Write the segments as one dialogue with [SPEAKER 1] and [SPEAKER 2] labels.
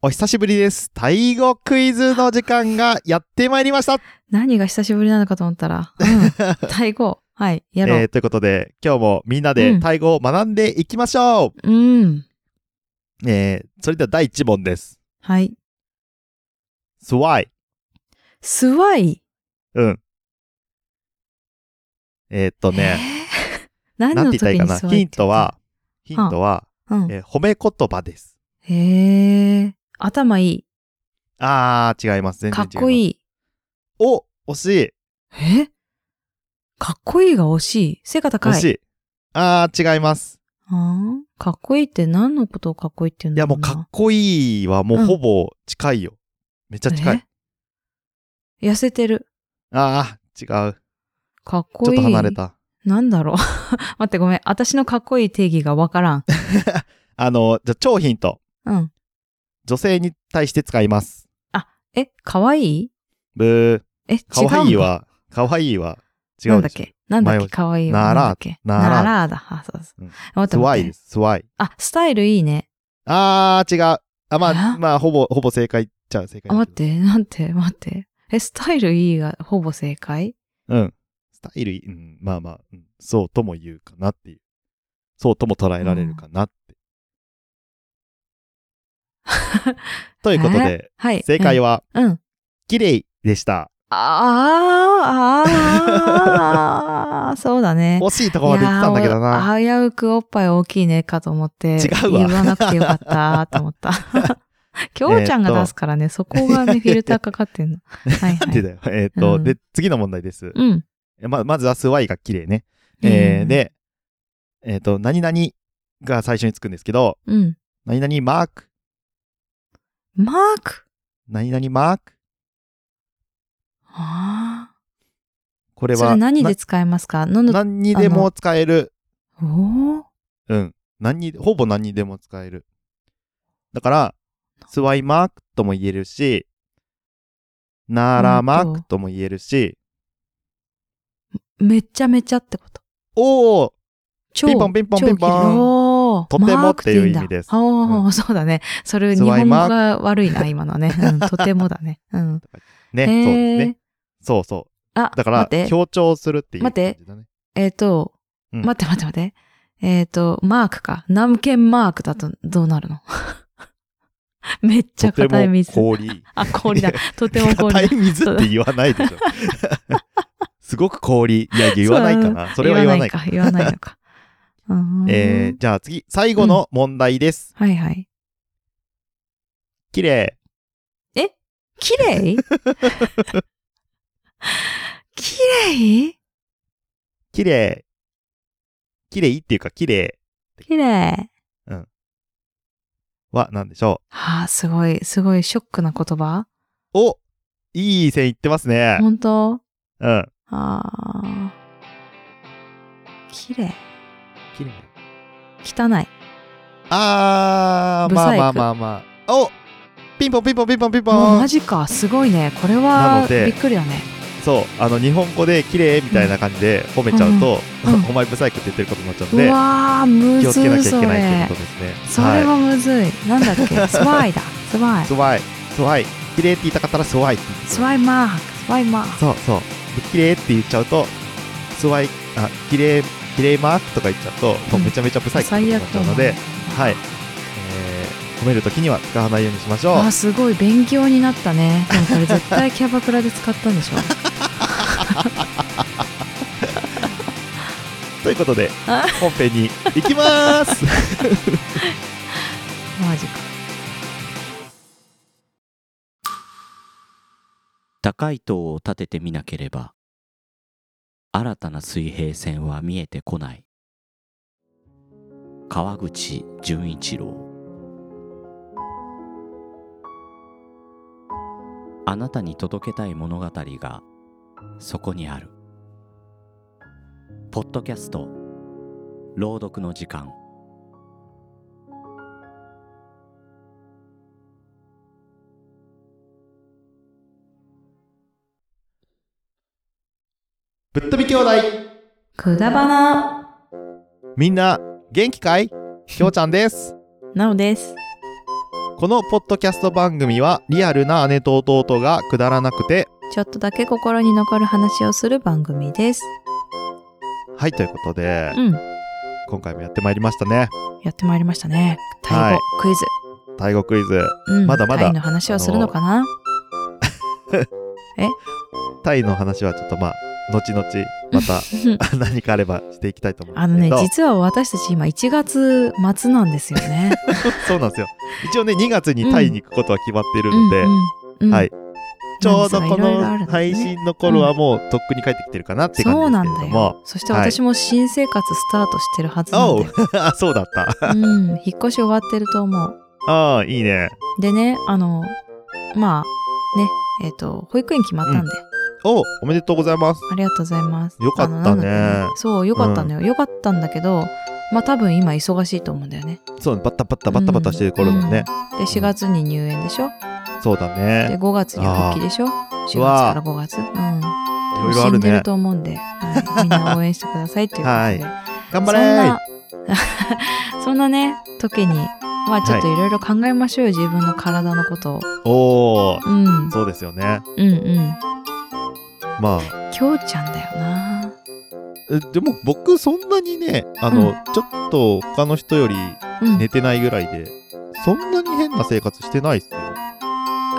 [SPEAKER 1] お久しぶりです。タイ語クイズの時間がやってまいりました。
[SPEAKER 2] 何が久しぶりなのかと思ったら、 うん、タイ語。はい、やろう。
[SPEAKER 1] えーということで、今日もみんな
[SPEAKER 2] う
[SPEAKER 1] で
[SPEAKER 2] ん
[SPEAKER 1] タイ語を学んでいきましょう。
[SPEAKER 2] うん。
[SPEAKER 1] えーそれでは第1問です。
[SPEAKER 2] はい。
[SPEAKER 1] スワイ。
[SPEAKER 2] スワイ。
[SPEAKER 1] うん。えーっとね、
[SPEAKER 2] えー。 何
[SPEAKER 1] なん
[SPEAKER 2] の
[SPEAKER 1] て
[SPEAKER 2] 時
[SPEAKER 1] 言ったらいい
[SPEAKER 2] に
[SPEAKER 1] か
[SPEAKER 2] ス
[SPEAKER 1] な。
[SPEAKER 2] ワイ
[SPEAKER 1] ヒ
[SPEAKER 2] っ
[SPEAKER 1] ン
[SPEAKER 2] て言
[SPEAKER 1] ト
[SPEAKER 2] った
[SPEAKER 1] は、ヒントは、
[SPEAKER 2] うん。
[SPEAKER 1] えー褒め言葉です。
[SPEAKER 2] へえ。頭い
[SPEAKER 1] あー、違います。
[SPEAKER 2] い。
[SPEAKER 1] 全然
[SPEAKER 2] か
[SPEAKER 1] 違い
[SPEAKER 2] っ
[SPEAKER 1] ます。
[SPEAKER 2] こ
[SPEAKER 1] い。
[SPEAKER 2] いい。
[SPEAKER 1] お、惜しい。
[SPEAKER 2] えかっこいいが惜しい。背が高い。
[SPEAKER 1] 惜しい。あー、違います。
[SPEAKER 2] あーかっこいいって何のことをかっこいいって言うん
[SPEAKER 1] い
[SPEAKER 2] だ
[SPEAKER 1] や、も
[SPEAKER 2] ろう
[SPEAKER 1] う
[SPEAKER 2] な。
[SPEAKER 1] かっこいいはもうほぼ近いよ。めっちゃ近い。
[SPEAKER 2] え痩せてる。
[SPEAKER 1] あー、違う。
[SPEAKER 2] かっ
[SPEAKER 1] ちょ
[SPEAKER 2] こ
[SPEAKER 1] っ
[SPEAKER 2] いい。
[SPEAKER 1] と離れ。た。
[SPEAKER 2] なんだろう。 待ってごめん。私のかっこいい定義がわからん。
[SPEAKER 1] あの、じゃあ超ヒント。
[SPEAKER 2] うん。
[SPEAKER 1] 女性に対して使います。
[SPEAKER 2] え、かわいい
[SPEAKER 1] ブ
[SPEAKER 2] え、違う
[SPEAKER 1] ー。か
[SPEAKER 2] の
[SPEAKER 1] わいいは、かわいいは、違
[SPEAKER 2] な
[SPEAKER 1] うんで
[SPEAKER 2] だっ
[SPEAKER 1] しょ。
[SPEAKER 2] けなんだっ
[SPEAKER 1] 迷
[SPEAKER 2] け
[SPEAKER 1] う
[SPEAKER 2] かわいい
[SPEAKER 1] なら
[SPEAKER 2] はなんだっけ
[SPEAKER 1] なら
[SPEAKER 2] ならだ。あ、そうそ
[SPEAKER 1] う
[SPEAKER 2] う。
[SPEAKER 1] ん
[SPEAKER 2] 待って
[SPEAKER 1] スワ
[SPEAKER 2] 待
[SPEAKER 1] イ
[SPEAKER 2] っ
[SPEAKER 1] で
[SPEAKER 2] て。
[SPEAKER 1] す、スワイ。
[SPEAKER 2] あ、スタイルいいね。
[SPEAKER 1] あー、違う。あ、まあ、
[SPEAKER 2] え
[SPEAKER 1] まあ、ほぼ、ほぼ正解っちゃう正解。
[SPEAKER 2] あ、待っ。て、なんて、待って。え、スタイルいいがほぼ正解
[SPEAKER 1] うん。スタイルいい、うん、まあまあ、うんそうとも言うかなっていう。そうとも捉えられるかなって。ということで、
[SPEAKER 2] はい。
[SPEAKER 1] 正解
[SPEAKER 2] は。
[SPEAKER 1] は、
[SPEAKER 2] うん。うん、
[SPEAKER 1] 綺麗でした。
[SPEAKER 2] あ ーあー、そうだね。
[SPEAKER 1] 惜しいところまで言ってたんだけど
[SPEAKER 2] いや
[SPEAKER 1] な。
[SPEAKER 2] ーお危うくおっぱい大きいねかと思って。
[SPEAKER 1] 違うわ
[SPEAKER 2] 言わなくてよかったと 思った。きょうちゃんが出すからね、そこがね、フィルターかかっ てんの。はい
[SPEAKER 1] な
[SPEAKER 2] は
[SPEAKER 1] んで
[SPEAKER 2] い。
[SPEAKER 1] だよ。えっと、
[SPEAKER 2] うん
[SPEAKER 1] で、次の問題です。
[SPEAKER 2] うん。
[SPEAKER 1] ままずはスワイが綺麗ね。えー、で、えっ、と、何々が最初につくんですけど、
[SPEAKER 2] うん、うん。
[SPEAKER 1] 何々マーク、
[SPEAKER 2] マーク
[SPEAKER 1] 何々マーク、
[SPEAKER 2] あ
[SPEAKER 1] これは
[SPEAKER 2] あ。それ何
[SPEAKER 1] な
[SPEAKER 2] で使えますか何の、
[SPEAKER 1] 何にでも使える。
[SPEAKER 2] おー
[SPEAKER 1] うん。何に、ほぼ何にでも使える。だから、スワイマークとも言えるし、ナーラマークとも言えるし、
[SPEAKER 2] めちゃめちゃってこと。
[SPEAKER 1] おお
[SPEAKER 2] 超
[SPEAKER 1] ピンポンピンポン
[SPEAKER 2] 超
[SPEAKER 1] ピンポン
[SPEAKER 2] 綺麗おー
[SPEAKER 1] とても
[SPEAKER 2] マーク
[SPEAKER 1] っていう意味
[SPEAKER 2] 言んだ
[SPEAKER 1] です
[SPEAKER 2] あー
[SPEAKER 1] う
[SPEAKER 2] そうだね。それ、
[SPEAKER 1] ス
[SPEAKER 2] 日
[SPEAKER 1] ワイ
[SPEAKER 2] 本語
[SPEAKER 1] マーク
[SPEAKER 2] が悪いな、今のね。 うん、とてもだね。うん。
[SPEAKER 1] ね、そう
[SPEAKER 2] へー
[SPEAKER 1] ですね。そうそ
[SPEAKER 2] あ
[SPEAKER 1] う。、だか
[SPEAKER 2] 待
[SPEAKER 1] ら
[SPEAKER 2] っ、て。
[SPEAKER 1] 強調するっていう感
[SPEAKER 2] 待って
[SPEAKER 1] じだね。
[SPEAKER 2] えっ、と、
[SPEAKER 1] うん
[SPEAKER 2] 待って待って待って。えっ、と、マークか。ナムケンマークだとどうなるの めっちゃ
[SPEAKER 1] とて
[SPEAKER 2] 硬い
[SPEAKER 1] も
[SPEAKER 2] 水。
[SPEAKER 1] 氷。
[SPEAKER 2] あ、氷だ。とても氷
[SPEAKER 1] 硬
[SPEAKER 2] だ
[SPEAKER 1] い。水って言わない でしょ。すごく氷。いや、言わないかな。それは言わないか。
[SPEAKER 2] か。言わないのか。うーん
[SPEAKER 1] えー、じゃあ次、最後の問題です。
[SPEAKER 2] はいはい。
[SPEAKER 1] 綺麗。
[SPEAKER 2] 綺 麗綺麗
[SPEAKER 1] 綺麗。綺麗っていうか、綺麗
[SPEAKER 2] 綺麗。
[SPEAKER 1] は何でしょ
[SPEAKER 2] はあ、すごい、すごいショックな言葉
[SPEAKER 1] う。おいい線いってますね。
[SPEAKER 2] 本当
[SPEAKER 1] うん。
[SPEAKER 2] ああ。綺麗。
[SPEAKER 1] 綺麗。
[SPEAKER 2] 汚い。
[SPEAKER 1] あー、
[SPEAKER 2] ブ
[SPEAKER 1] まあ
[SPEAKER 2] サイク
[SPEAKER 1] まあまあまあ。おピンポンピンポンピンポンピンポ
[SPEAKER 2] もう
[SPEAKER 1] ン
[SPEAKER 2] マジか。すごいね。これ
[SPEAKER 1] な
[SPEAKER 2] は
[SPEAKER 1] の、で
[SPEAKER 2] びっくりよね。
[SPEAKER 1] そう、あの、日本語で綺麗みたいな感じで褒めちゃうと、
[SPEAKER 2] うんうん
[SPEAKER 1] お前ブサイクって言ってることになっちゃう
[SPEAKER 2] う
[SPEAKER 1] ので、
[SPEAKER 2] わー、む
[SPEAKER 1] 気をつ
[SPEAKER 2] ず
[SPEAKER 1] けなきゃ
[SPEAKER 2] い
[SPEAKER 1] いけ
[SPEAKER 2] そ
[SPEAKER 1] ない
[SPEAKER 2] れ
[SPEAKER 1] というこ。とですね。
[SPEAKER 2] それはむずい。なんだっけ スワイだ。スワイ
[SPEAKER 1] ス。ワイ、スワイ、綺麗って言いたかったらスワイって言って
[SPEAKER 2] スワイマーク。スワイマーク。
[SPEAKER 1] そうそう。で綺麗って言っちゃうと、スワイ、あ、綺麗、綺麗マークとか言っちゃうと、もうめちゃめちゃ不細工に
[SPEAKER 2] 最
[SPEAKER 1] な
[SPEAKER 2] 悪
[SPEAKER 1] っち
[SPEAKER 2] だ
[SPEAKER 1] ゃう
[SPEAKER 2] な
[SPEAKER 1] ので、はい。えー、褒めるときには使わないようにしましょう。
[SPEAKER 2] あすごい勉強になったねでもこれ絶対キャバクラで使ったんでしょ
[SPEAKER 1] ということで
[SPEAKER 2] あ、
[SPEAKER 1] 本編に行きまー す
[SPEAKER 2] マジか
[SPEAKER 3] 高い塔を立ててみなければ新たな水平線は見えてこない川口純一郎あなたに届けたい物語がそこにあるポッドキャスト朗読の時間
[SPEAKER 1] ぶっ飛び兄弟
[SPEAKER 2] くだばな
[SPEAKER 1] みんな、元気かいきょうちゃんです。
[SPEAKER 2] なのです
[SPEAKER 1] このポッドキャスト番組はリアルな姉と弟がくだらなくて
[SPEAKER 2] ちょっとだけ心に残る話をする番組です。
[SPEAKER 1] はいということで、
[SPEAKER 2] うん。
[SPEAKER 1] 今回もやってまいりましたね
[SPEAKER 2] やってまいりましたね。タイ語、
[SPEAKER 1] はい
[SPEAKER 2] クイズ。
[SPEAKER 1] タイ語クイズ
[SPEAKER 2] うん。
[SPEAKER 1] まだまだ
[SPEAKER 2] タイの話をするのかな
[SPEAKER 1] タイの話はちょっとまあ後々ま た何かあればしていきたいと思うん
[SPEAKER 2] あ
[SPEAKER 1] で
[SPEAKER 2] の
[SPEAKER 1] すけ
[SPEAKER 2] ね
[SPEAKER 1] ど、
[SPEAKER 2] 実は私たち今1月末なんですよね。
[SPEAKER 1] そうなんですよ一応ね2月にタイに行くことは決まっているので、
[SPEAKER 2] うんうんうん
[SPEAKER 1] はいちょうどこ
[SPEAKER 2] なんですがいろいろあるん
[SPEAKER 1] の
[SPEAKER 2] ですね
[SPEAKER 1] 配信の頃はもうとっくに帰ってきてるかなって感
[SPEAKER 2] そう
[SPEAKER 1] じで
[SPEAKER 2] な
[SPEAKER 1] す
[SPEAKER 2] ん
[SPEAKER 1] け
[SPEAKER 2] だ
[SPEAKER 1] れども
[SPEAKER 2] よ。そして私も新生活スタートしてるはずなん
[SPEAKER 1] お
[SPEAKER 2] で
[SPEAKER 1] うあそうだった
[SPEAKER 2] うん、引っ越し終わってると思う。
[SPEAKER 1] ああいいね
[SPEAKER 2] でね、あの、まあ、ね、えっ、と、保育園決まったんで、
[SPEAKER 1] おおめでとうございます
[SPEAKER 2] ありがとうございます。
[SPEAKER 1] よかったね
[SPEAKER 2] あのなんだっけそう、よかったのよ。よかったんだけど、まあ多分今忙しいと思うんだよね。
[SPEAKER 1] そうねバタバタバタバタしてる頃だね、
[SPEAKER 2] で、4月に入園でしょ
[SPEAKER 1] そうだね
[SPEAKER 2] で、5月に復帰でしょ ?4 月
[SPEAKER 1] うわ
[SPEAKER 2] か
[SPEAKER 1] ー
[SPEAKER 2] ら5月。うん。
[SPEAKER 1] いろいろある
[SPEAKER 2] 死んで
[SPEAKER 1] ね
[SPEAKER 2] ると思うんで、はい、みんな応援してくださいっていうことで。
[SPEAKER 1] はい頑張
[SPEAKER 2] そん
[SPEAKER 1] れー
[SPEAKER 2] な そんなね時にまあちょっといろいろ考えましょうよ、自分の体のことを、
[SPEAKER 1] おお
[SPEAKER 2] うん、うん
[SPEAKER 1] そうですよね
[SPEAKER 2] うんうん
[SPEAKER 1] まあ
[SPEAKER 2] きょうちゃんだよな
[SPEAKER 1] えでも僕そんなにねあの、
[SPEAKER 2] うん
[SPEAKER 1] ちょっと他の人より
[SPEAKER 2] うん
[SPEAKER 1] 寝てないぐらいでそんなに変な生活してないっすよ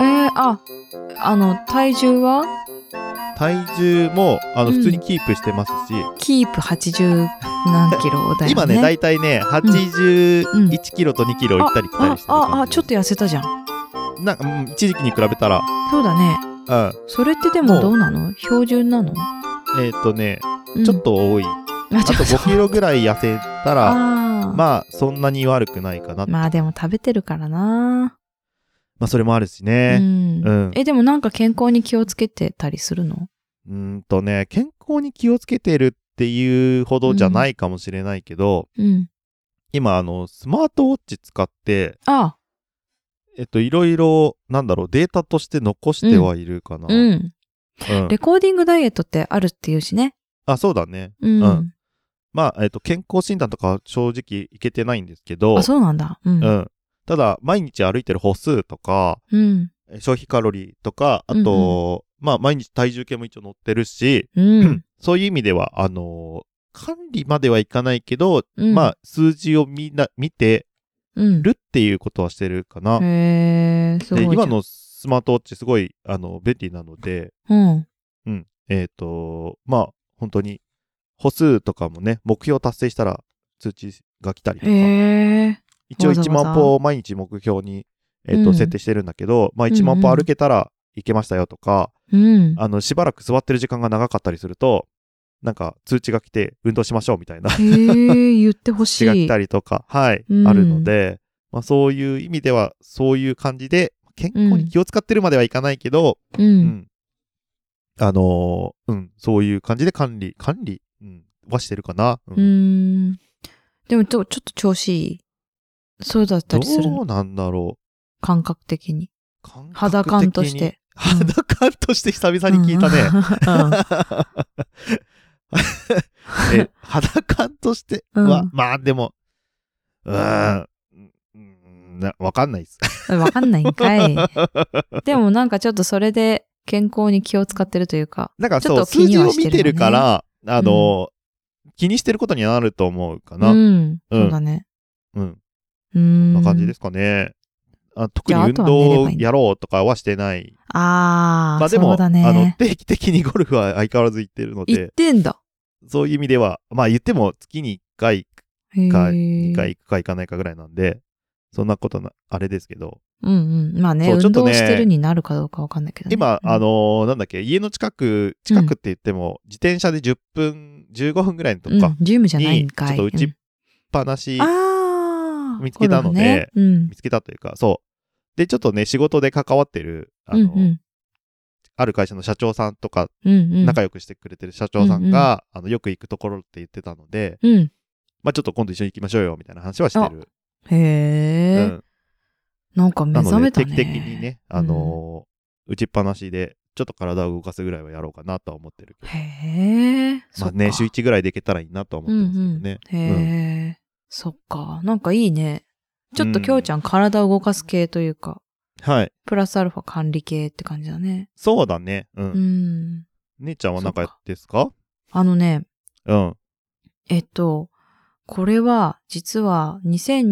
[SPEAKER 2] えー、ああの体重は
[SPEAKER 1] 体重もあの
[SPEAKER 2] うん
[SPEAKER 1] 普通にキープしてますし、
[SPEAKER 2] キープ80何キロだよね
[SPEAKER 1] 今ねだいたいね81キロと2キロ行ったり来たり
[SPEAKER 2] あ
[SPEAKER 1] してる
[SPEAKER 2] ああ
[SPEAKER 1] 感
[SPEAKER 2] あ
[SPEAKER 1] じ
[SPEAKER 2] ちょっと痩せたじゃん
[SPEAKER 1] となんかうん一時期に比べたら
[SPEAKER 2] そうだね
[SPEAKER 1] うん
[SPEAKER 2] それってで
[SPEAKER 1] も
[SPEAKER 2] も
[SPEAKER 1] う
[SPEAKER 2] どうなの標準なの、
[SPEAKER 1] えっ、ー、とね
[SPEAKER 2] うん
[SPEAKER 1] ちょっと多い、
[SPEAKER 2] あ
[SPEAKER 1] あと
[SPEAKER 2] ちょっと
[SPEAKER 1] 5キロぐらい痩せたら
[SPEAKER 2] あーまあ
[SPEAKER 1] まあそんなに悪くないかな、ま
[SPEAKER 2] でも食べてるからな、
[SPEAKER 1] あそれもあるし
[SPEAKER 2] う
[SPEAKER 1] ね
[SPEAKER 2] ん
[SPEAKER 1] うん
[SPEAKER 2] えでもなんか健康に気をつけてたりするの
[SPEAKER 1] うーんとね健康に気をつけてるっていうほどじゃないかもしれないけど、
[SPEAKER 2] うん
[SPEAKER 1] 今あのスマートウォッチ使って
[SPEAKER 2] あ
[SPEAKER 1] えっといろいろなんだろうデータとして残してはいるかな、
[SPEAKER 2] うん
[SPEAKER 1] うん
[SPEAKER 2] レコーディングダイエットってあるっていうしね。
[SPEAKER 1] あそうだね
[SPEAKER 2] うん。
[SPEAKER 1] うんまあ、えっと、健康診断とかは正直いけてないんですけど
[SPEAKER 2] あ、そうなんだ。うん。
[SPEAKER 1] うん、ただ毎日歩いてる歩数とか
[SPEAKER 2] うん。
[SPEAKER 1] え消費カロリーとかあと、まあ毎日体重計も一応乗ってるし、
[SPEAKER 2] うん。
[SPEAKER 1] そういう意味ではあのー管理まではいかないけど、
[SPEAKER 2] うん
[SPEAKER 1] まあ数字をみんな見て
[SPEAKER 2] うん。
[SPEAKER 1] るっていうことはしてるかな。
[SPEAKER 2] へー、すご
[SPEAKER 1] で
[SPEAKER 2] い。
[SPEAKER 1] 今。のスマートウォッチすごいあの便利なので、
[SPEAKER 2] うん。
[SPEAKER 1] うん、えっ、とまあ本当に歩数とかもね目標達成したら通知が来たりとか、
[SPEAKER 2] へー。
[SPEAKER 1] 一応
[SPEAKER 2] わざわ
[SPEAKER 1] 1
[SPEAKER 2] ざ
[SPEAKER 1] 万歩を毎日目標に、えっと
[SPEAKER 2] うん
[SPEAKER 1] 設定してるんだけど、まあ、
[SPEAKER 2] うんうん
[SPEAKER 1] 1万歩歩けたら行けましたよとか、
[SPEAKER 2] うん。
[SPEAKER 1] あのしばらく座ってる時間が長かったりするとなんか通知が来て運動しましょうみたいな
[SPEAKER 2] へー、言ってほし
[SPEAKER 1] 通知が来
[SPEAKER 2] い。
[SPEAKER 1] たりとか、はい
[SPEAKER 2] うん
[SPEAKER 1] あるので、まあ、そういう意味ではそういう感じで健康に気を使ってるまではいかないけど、
[SPEAKER 2] う
[SPEAKER 1] うん
[SPEAKER 2] ん。
[SPEAKER 1] あのーうん、そういう感じで管理管理、うん、はしてるかな。うん
[SPEAKER 2] うん。でもちょ、ちょっと調子いい。そうだったりする
[SPEAKER 1] ど
[SPEAKER 2] の
[SPEAKER 1] うなんだろう
[SPEAKER 2] 感覚的に。
[SPEAKER 1] 感覚的に
[SPEAKER 2] 肌感として。うん
[SPEAKER 1] 肌感として久々に聞いたね。 え、肌感としては、
[SPEAKER 2] うん
[SPEAKER 1] まあでも、うーん、うんなわかんないです。
[SPEAKER 2] うん。 わかんないんかい。でもなんかちょっとそれで健康に気を使ってるというか。
[SPEAKER 1] なんか
[SPEAKER 2] ちょ
[SPEAKER 1] そう、
[SPEAKER 2] っと
[SPEAKER 1] 数
[SPEAKER 2] 気に
[SPEAKER 1] 字を
[SPEAKER 2] はして
[SPEAKER 1] 見
[SPEAKER 2] るよ
[SPEAKER 1] て
[SPEAKER 2] ね
[SPEAKER 1] るから、あの、気にしてることにはなると思うか
[SPEAKER 2] う
[SPEAKER 1] な。
[SPEAKER 2] ん。そうだね。
[SPEAKER 1] うん。
[SPEAKER 2] うん。
[SPEAKER 1] こんな感じですかね。あ特に
[SPEAKER 2] じゃあ
[SPEAKER 1] 運
[SPEAKER 2] あとは寝ればいい
[SPEAKER 1] 動
[SPEAKER 2] んだ
[SPEAKER 1] をやろうとかはしてない。
[SPEAKER 2] あー、
[SPEAKER 1] まあでも、
[SPEAKER 2] そうだ
[SPEAKER 1] あの
[SPEAKER 2] ね。
[SPEAKER 1] 定期的にゴルフは相変わらず行ってるの
[SPEAKER 2] 行っ
[SPEAKER 1] で、
[SPEAKER 2] てんだ。
[SPEAKER 1] そういう意味では、まあ言っても月に1回
[SPEAKER 2] へー
[SPEAKER 1] か2回行くか行かないかぐらいなんで、そんなことな、あれですけど、
[SPEAKER 2] うんうん。まあね、
[SPEAKER 1] そうちょっ
[SPEAKER 2] 運
[SPEAKER 1] とね
[SPEAKER 2] 動してるになるかどうかわかんないけどね。
[SPEAKER 1] 今、
[SPEAKER 2] うん
[SPEAKER 1] あの、ーなんだっけ、家の近く、近くって言っても、自転車で10分、15分ぐらいのとこ
[SPEAKER 2] う
[SPEAKER 1] か、
[SPEAKER 2] ん、ジムじゃないんか
[SPEAKER 1] に
[SPEAKER 2] い。
[SPEAKER 1] ちょっとうち
[SPEAKER 2] うん
[SPEAKER 1] ぱなし、
[SPEAKER 2] あー
[SPEAKER 1] 見つけたので
[SPEAKER 2] そうだね
[SPEAKER 1] 見つけたというか、そう。で、ちょっとね、仕事で関わってる、あ
[SPEAKER 2] うん。
[SPEAKER 1] の、
[SPEAKER 2] うんうん
[SPEAKER 1] ある会社の社長さんとか、
[SPEAKER 2] うんうん。
[SPEAKER 1] 仲良くしてくれてる社長さんが、あの、よく行くところって言ってたので、
[SPEAKER 2] うん。
[SPEAKER 1] まあちょっと今度一緒に行きましょうよ、みたいな話はしてる。
[SPEAKER 2] へ
[SPEAKER 1] う
[SPEAKER 2] え。
[SPEAKER 1] ん。
[SPEAKER 2] なんか目
[SPEAKER 1] な
[SPEAKER 2] 覚
[SPEAKER 1] の
[SPEAKER 2] め
[SPEAKER 1] で、
[SPEAKER 2] た
[SPEAKER 1] 定
[SPEAKER 2] ね。
[SPEAKER 1] 期的にね、あのー打ちっぱなしで、ちょっと体を動かすぐらいはやろうかなとは思ってるけ
[SPEAKER 2] うん。
[SPEAKER 1] ど。
[SPEAKER 2] へえ。
[SPEAKER 1] ま
[SPEAKER 2] そ
[SPEAKER 1] あ
[SPEAKER 2] っか
[SPEAKER 1] ね、週1ぐらいでいけたらいいなとは思ってますけどね。
[SPEAKER 2] うんうんへえ。そっか。なんかいいね。ちょっときょうちゃん体を動かす系というか、
[SPEAKER 1] はい。
[SPEAKER 2] プラスアルファ管理系って感じだね。
[SPEAKER 1] そうだね。うん。
[SPEAKER 2] うん。
[SPEAKER 1] 姉ちゃんは何
[SPEAKER 2] そっ
[SPEAKER 1] か
[SPEAKER 2] か
[SPEAKER 1] ですか
[SPEAKER 2] あのね、
[SPEAKER 1] うん。
[SPEAKER 2] えっと、これは実は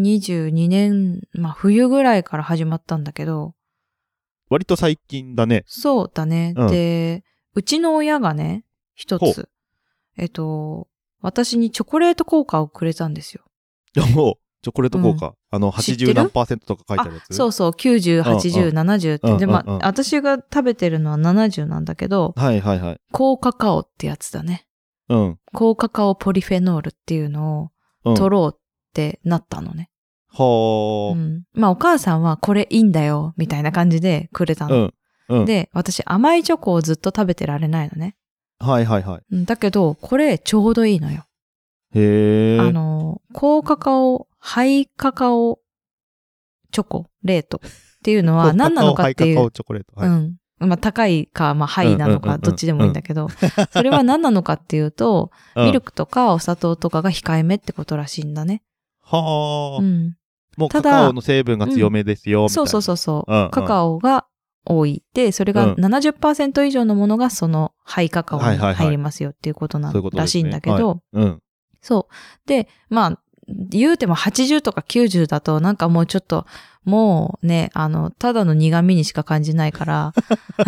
[SPEAKER 2] 2022年、まあ冬ぐらいから始まったんだけど、
[SPEAKER 1] 割と最近だね。
[SPEAKER 2] そうだね。
[SPEAKER 1] うん
[SPEAKER 2] で、うちの親がね、一
[SPEAKER 1] ほ
[SPEAKER 2] つ、えっと、私にチョコレート効果をくれたんですよ。
[SPEAKER 1] もう、チョコレート効果。あの、
[SPEAKER 2] 知ってる
[SPEAKER 1] 80何パーセントとか書いてあるやつ。
[SPEAKER 2] そううそう、90、80、
[SPEAKER 1] うんうん
[SPEAKER 2] 70って。で、
[SPEAKER 1] うんうん
[SPEAKER 2] まあ
[SPEAKER 1] うん
[SPEAKER 2] 私が食べてるのは70なんだけど、
[SPEAKER 1] はいはいはい。
[SPEAKER 2] 高カカオってやつだね。
[SPEAKER 1] うん。
[SPEAKER 2] 高カカオポリフェノールっていうの
[SPEAKER 1] う
[SPEAKER 2] を
[SPEAKER 1] ん。
[SPEAKER 2] 取ろうってなったのね。う
[SPEAKER 1] は
[SPEAKER 2] ん。まあお母さんはこれいいんだよ、みたいな感じでくれた
[SPEAKER 1] あ。う
[SPEAKER 2] の。
[SPEAKER 1] ん。うん。
[SPEAKER 2] で、私甘いチョコをずっと食べてられないのね。
[SPEAKER 1] はいはいは
[SPEAKER 2] うんだけど、これちょうどいいのよ。
[SPEAKER 1] い。へえ。
[SPEAKER 2] あの、高カカオ、ハイカカオ、チョコ、レートっていうの
[SPEAKER 1] こう、
[SPEAKER 2] は何なのかってい
[SPEAKER 1] カカオハイカカ
[SPEAKER 2] う
[SPEAKER 1] オ。チョコレート。
[SPEAKER 2] う
[SPEAKER 1] はい
[SPEAKER 2] ん。まあ、高いか、まあ、ハイな
[SPEAKER 1] うんうんう
[SPEAKER 2] の
[SPEAKER 1] んう
[SPEAKER 2] か、
[SPEAKER 1] ん
[SPEAKER 2] どっちでもいいんだけど、それは何なのかっていうと、ミルクとかお砂糖とかが控えめってことらしいんだね。
[SPEAKER 1] はあ、
[SPEAKER 2] うん。
[SPEAKER 1] もう
[SPEAKER 2] た
[SPEAKER 1] カ
[SPEAKER 2] だ
[SPEAKER 1] カオの成分が強めですよ、みたいな。
[SPEAKER 2] そうそうそうそう。
[SPEAKER 1] うんうん
[SPEAKER 2] カカオが多い。で、それ
[SPEAKER 1] う
[SPEAKER 2] が
[SPEAKER 1] ん
[SPEAKER 2] 70%以上のものがそのハイカカオに
[SPEAKER 1] はいはいはい
[SPEAKER 2] 入りますよっていうことな
[SPEAKER 1] そういうことですね
[SPEAKER 2] らしいんだけど、
[SPEAKER 1] はうん。
[SPEAKER 2] そう。で、まあ、言うても80とか90だとなんかもうちょっと、もうね、あの、ただの苦味にしか感じないから、あ